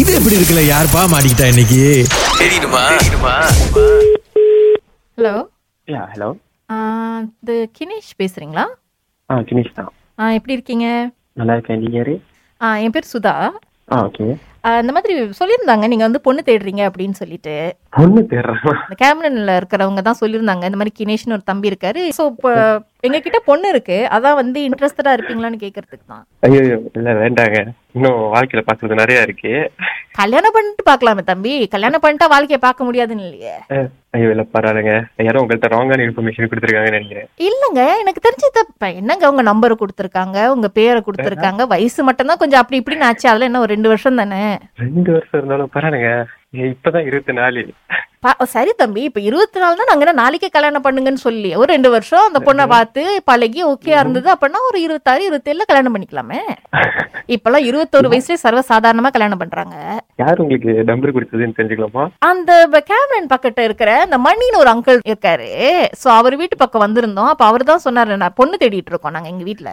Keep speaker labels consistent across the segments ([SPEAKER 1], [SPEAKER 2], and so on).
[SPEAKER 1] இது எப்படி இருக்குல்ல யாருப்பா மாட்டிக்கிட்டா இன்னைக்கு
[SPEAKER 2] ஹலோ
[SPEAKER 3] யா ஹலோ
[SPEAKER 2] இது கினேஷ் பேசுறீங்களா
[SPEAKER 3] ஆ கினேஷ் தான்
[SPEAKER 2] ஆ, எப்படி இருக்கீங்க
[SPEAKER 3] நல்லா இருக்கேன் நீங்க யாரு
[SPEAKER 2] ஆ, என் பேர் சுதா
[SPEAKER 3] ஆ ஓகே
[SPEAKER 2] ஆ, இந்த மாதிரி சொல்லியிருந்தாங்க நீங்கள் வந்து பொண்ணு தேடுறீங்க அப்படின்னு சொல்லிட்டு
[SPEAKER 3] பொண்ணு தேடுறேன்
[SPEAKER 2] அந்த கேமரனில் இருக்கிறவங்க தான் சொல்லியிருந்தாங்க இந்த மாதிரி கினேஷ்னு ஒரு தம்பி இருக்காரு ஸோ இப்போ எங்ககிட்ட பொண்ணு இருக்கு அதான் வந்து இன்ட்ரெஸ்டடாக இருப்பீங்களான்னு கேட்கறதுக்கு தான்
[SPEAKER 3] ஐயோ இல்ல வேண்டாங்க இன்னும் வாழ்க்கையில பாக்குறது நிறைய இருக்கு
[SPEAKER 2] கல்யாணம் பண்ணிட்டு பார்க்கலாமே தம்பி கல்யாணம் பண்ணிட்டா வாழ்க்கையை பார்க்க முடியாதுன்னு இல்லையே
[SPEAKER 3] அஹ், ஐயோ இல்ல பரவாயில்லைங்க யாரோ உங்கள்ட்ட ராங்கான இன்ஃபர்மேஷன் கொடுத்துருக்காங்கன்னு நினைக்கிறேன்
[SPEAKER 2] இல்லைங்க எனக்கு தெரிஞ்சது இப்ப என்னங்க உங்க நம்பர் கொடுத்துருக்காங்க உங்க பேரை கொடுத்துருக்காங்க வயசு மட்டும்தான் கொஞ்சம் அப்படி இப்படின்னு ஆச்சு அதில் என்ன ஒரு ரெண்டு வருஷம் தானே
[SPEAKER 3] ரெண்டு வருஷம் இருந்தாலும் பரவாயில்லைங்க ஏய், இப்பதான் இருபத்தி நாலு
[SPEAKER 2] பா- சரி தம்பி இப்ப இருபத்தி நாலு தான் நாங்க என்ன நாளைக்கே கல்யாணம் பண்ணுங்கன்னு சொல்லி ஒரு ரெண்டு வருஷம் அந்த பொண்ணை பார்த்து பழகி ஓகேயா இருந்தது அப்படின்னா ஒரு இருபத்தாறு இருபத்தேழுல கல்யாணம் பண்ணிக்கலாமே இப்பெல்லாம் இருபத்தொரு வயசுலயே சர்வ சாதாரணமா கல்யாணம் பண்றாங்க
[SPEAKER 3] யார் உங்களுக்கு நம்பர் கொடுத்ததுன்னு தெரிஞ்சுக்கலாமா
[SPEAKER 2] அந்த கேமரன் பக்கத்துல இருக்கிற அந்த மணின்னு ஒரு அங்கிள் இருக்காரு சோ அவர் வீட்டு பக்கம் வந்திருந்தோம் அப்ப அவர் தான் சொன்னாரு நான் பொண்ணு தேடிட்டு இருக்கோம் நாங்க எங்க வீட்டுல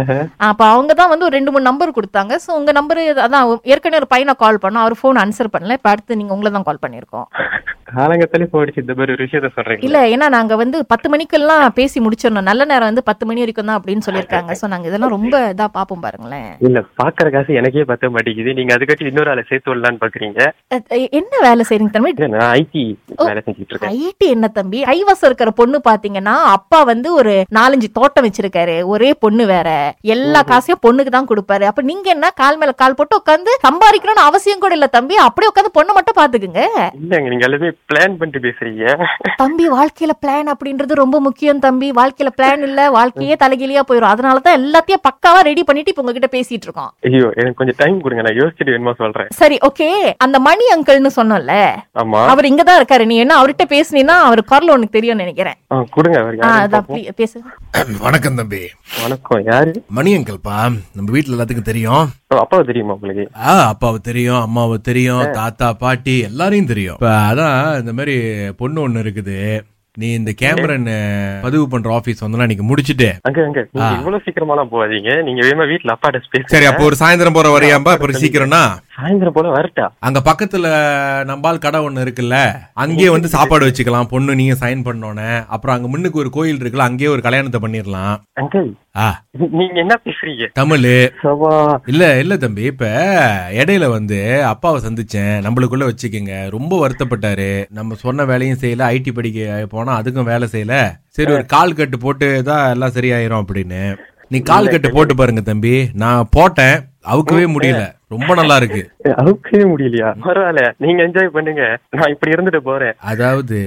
[SPEAKER 3] ஆஹா.
[SPEAKER 2] அப்ப அவங்க தான் வந்து ஒரு ரெண்டு மூணு நம்பர் கொடுத்தாங்க சோ உங்க நம்பர் அதான் ஏற்கனவே ஒரு பையனை கால் பண்ணோம் அவர் ஃபோன் ஆன்சர் பண்ணல இப்ப அடுத்து நீங்க உங்களை தான் கால் பண்ணிருக்கோம்
[SPEAKER 3] காலங்கத்தாலே போயிடுச்சு இந்த மாதிரி ஒரு விஷயத்த சொல்றீங்க
[SPEAKER 2] இல்ல ஏன்னா நாங்க வந்து பத்து மணிக்கெல்லாம் பேசி முடிச்சிடணும் நல்ல நேரம் வந்து பத்து மணி வரைக்கும் தான் அப்படின்னு சொல்லியிருக்காங்க சோ நாங்க இதெல்லாம் ரொம்ப இதா பாப்போம் பாருங்களேன்
[SPEAKER 3] இல்ல பாக்குற காசு எனக்கே பத்த மாட்டேங்குது நீங்க அதுக்காட்டி இன்னொரு ஆளை சேர்த்து விடலான்னு பாக்குறீங்க
[SPEAKER 2] அஹ் அஹ் என்ன வேலை செய்றீங்க தம்பி
[SPEAKER 3] இல்ல நான் ஐடி வேலை செஞ்சுட்டு இருக்கேன்
[SPEAKER 2] ஐடி என்ன தம்பி கைவசம் இருக்கிற பொண்ணு பாத்தீங்கன்னா அப்பா வந்து ஒரு நாலஞ்சு தோட்டம் வச்சிருக்காரு ஒரே பொண்ணு வேற எல்லா காசையும் பொண்ணுக்கு தான் கொடுப்பாரு அப்ப நீங்க என்ன கால் மேல கால் போட்டு உட்காந்து சம்பாதிக்கணும்னு அவசியம் கூட இல்ல தம்பி அப்படியே உட்காந்து பொண்ணை மட்டும் பாத்துக்குங்க
[SPEAKER 3] இல்லங்க நீங்க எல்லாமே பிளான் பண்ணிட்டு பேசுறீங்க
[SPEAKER 2] தம்பி வாழ்க்கையில பிளான் அப்படின்றது ரொம்ப முக்கியம் தம்பி வாழ்க்கையில பிளான் இல்ல வாழ்க்கையே தலைகீழியா போயிடும் அதனாலதான் எல்லாத்தையும் பக்காவா ரெடி பண்ணிட்டு இப்ப உங்ககிட்ட பேசிட்டு இருக்கோம்
[SPEAKER 3] ஐயோ எனக்கு கொஞ்சம் டைம் கொடுங்க நான் யோசிச்சுட்டு வேணுமா சொல்றேன்
[SPEAKER 2] சரி ஓகே அந்த மணி அங்கிள்னு சொன்னோம்ல
[SPEAKER 3] ஆமா
[SPEAKER 2] அவர் இங்க தான் இருக்காரு நீ என்ன அவர்கிட்ட பேசுனீன்னா அவர் குரல் உனக்கு தெரியும்னு நினைக்கிறேன்
[SPEAKER 3] ஆ, கொடுங்க அவர்
[SPEAKER 2] ஆ,
[SPEAKER 3] யாரு
[SPEAKER 2] அதான்
[SPEAKER 3] பாப்போம்.
[SPEAKER 2] please பேசு
[SPEAKER 1] வணக்கம் தம்பி
[SPEAKER 3] வணக்கம் யாரு
[SPEAKER 1] மணி அங்கிள்ப்பா நம்ம வீட்ல எல்லாத்துக்கும் தெரியும்
[SPEAKER 3] ஓ, அப்பாவை தெரியுமா உங்களுக்கு
[SPEAKER 1] ஆ அப்பாவை தெரியும் அம்மாவை தெரியும் தாத்தா பாட்டி எல்லாரையும் தெரியும் இப்ப அதான் இந்த மாதிரி பொண்ணு ஒண்ணு இருக்குது நீ இந்த கேமரன் பதிவு பண்ற ஆபீஸ் வந்தனா நீங்க முடிச்சிட்டு
[SPEAKER 3] அங்க அங்க நீங்க இவ்வளவு சீக்கிரமாலாம் போகாதீங்க நீங்க வேணுமா வீட்ல அப்பாட்ட பேச
[SPEAKER 1] சரி அப்போ ஒரு சாயந்தரம் போற வரையாம்பா அப்புறம் சீக்கிரம்னா
[SPEAKER 3] சாயந்தரம் போல வரட்டா
[SPEAKER 1] அங்க பக்கத்துல நம்பால் கடை ஒண்ணு இருக்குல்ல அங்கேயே வந்து சாப்பாடு வச்சுக்கலாம் பொண்ணு நீங்க சைன் பண்ணோன்னே அப்புறம் அங்க முன்னுக்கு ஒரு கோயில் இருக்குல்ல அங்கேயே ஒரு கல்யாணத்தை பண்ணிடலாம்
[SPEAKER 3] அங்கிள்
[SPEAKER 1] ஆ
[SPEAKER 3] நீ- நீங்க என்ன பேசுறீங்க
[SPEAKER 1] தமிழ்
[SPEAKER 3] சவா
[SPEAKER 1] இல்ல இல்ல தம்பி இப்ப இடையில வந்து அப்பாவை சந்திச்சேன் நம்மளுக்குள்ள வச்சுக்கோங்க ரொம்ப வருத்தப்பட்டாரு நம்ம சொன்ன வேலையும் செய்யல ஐடி படிக்க போனா அதுக்கும் வேலை செய்யல சரி ஒரு கால் கட்டு போட்டு தான் எல்லாம் சரியாயிரும் அப்படின்னு நீ கால் கட்டு போட்டு பாருங்க தம்பி நான் போட்டேன் அவுக்கவே முடியல ரொம்ப நல்லா இருக்கு
[SPEAKER 3] ஏ, அவுக்கவே முடியலையா பரவாயில்ல நீங்க என்ஜாய் பண்ணுங்க நான் இப்படி இருந்துட்டு போறேன்
[SPEAKER 1] அதாவது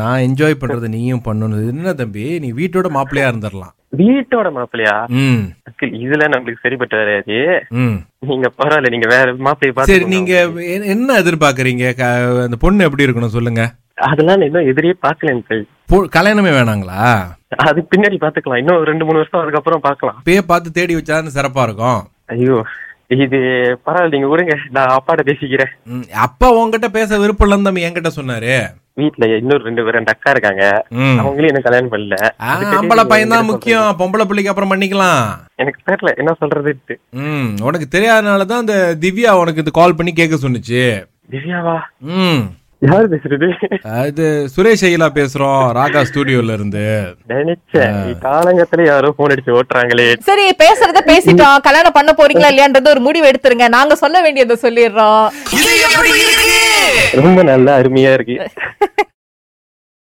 [SPEAKER 1] நான் என்ஜாய் பண்றது நீயும் பண்ணணும் இது என்ன தம்பி நீ வீட்டோட மாப்பிள்ளையா இருந்துடலாம்
[SPEAKER 3] வீட்டோட மாப்பிள்ளையா
[SPEAKER 1] ம்
[SPEAKER 3] அங்கிள், இதுல நம்மளுக்கு சரிப்பட்டு வராது
[SPEAKER 1] ம்
[SPEAKER 3] நீங்க பரவாயில்ல நீங்க வேற மாப்பிள்ளைய
[SPEAKER 1] சரி
[SPEAKER 3] பாத்து
[SPEAKER 1] நீங்க எ- என்ன எதிர்பார்க்கறீங்க க- அந்த பொண்ணு எப்படி இருக்கணும் சொல்லுங்க
[SPEAKER 3] அதெல்லாம் நான் இன்னும் எதிரியே பாக்கல அங்கிள்
[SPEAKER 1] பொ- கல்யாணமே வேணாங்களா
[SPEAKER 3] அது பின்னாடி பாத்துக்கலாம் இன்னும் ஒரு ரெண்டு மூணு வருஷம் அதுக்கப்புறம் பாக்கலாம்
[SPEAKER 1] இப்பயே பார்த்து தேடி வச்சாதானே சிறப்பா இருக்கும்
[SPEAKER 3] ஐயோ இது பரவாயில்ல நீங்க விடுங்க நான் அப்பாட்ட பேசிக்கிறேன்
[SPEAKER 1] ம், அப்பா உன்கிட்ட பேச விருப்பம் இல்லைன்னு தம்பி என்கிட்ட சொன்னாரு
[SPEAKER 3] வீட்ல இன்னொரு ரெண்டு பேர் ரெண்டு அக்கா இருக்காங்க
[SPEAKER 1] ம்.
[SPEAKER 3] அவங்களையும் எனக்கு கல்யாணம் பண்ணல
[SPEAKER 1] ஆ,
[SPEAKER 3] அதுக்கு
[SPEAKER 1] ஆம்பளை
[SPEAKER 3] நீங்க
[SPEAKER 1] பையன் தான்
[SPEAKER 3] என்ன
[SPEAKER 1] முக்கியம் பொம்பளை பிள்ளைக்கு அப்புறம் பண்ணிக்கலாம்
[SPEAKER 3] சொல்றீங்க? எனக்கு தெரியல என்ன சொல்றது
[SPEAKER 1] ம் உனக்கு தெரியாதனால தான் அந்த திவ்யா உனக்கு இது கால் பண்ணி கேட்க சொன்னுச்சு
[SPEAKER 3] திவ்யாவா
[SPEAKER 1] ம்
[SPEAKER 3] யார் பேசுறது
[SPEAKER 1] அது சுரேஷ் ஐயலா பேசுறோம் ராகா ஸ்டூடியோல இருந்து
[SPEAKER 3] நினைச்சேன் காலங்கத்துல யாரோ போன் அடிச்சு ஓட்டுறாங்களே
[SPEAKER 2] சரி பேசுறத பேசிட்டோம் கல்யாணம் பண்ண போறீங்களா இல்லையான்றது ஒரு முடிவு எடுத்துருங்க நாங்க சொல்ல வேண்டியதை சொல்லிடுறோம்
[SPEAKER 3] ரொம்ப நல்லா அருமையா இருக்கு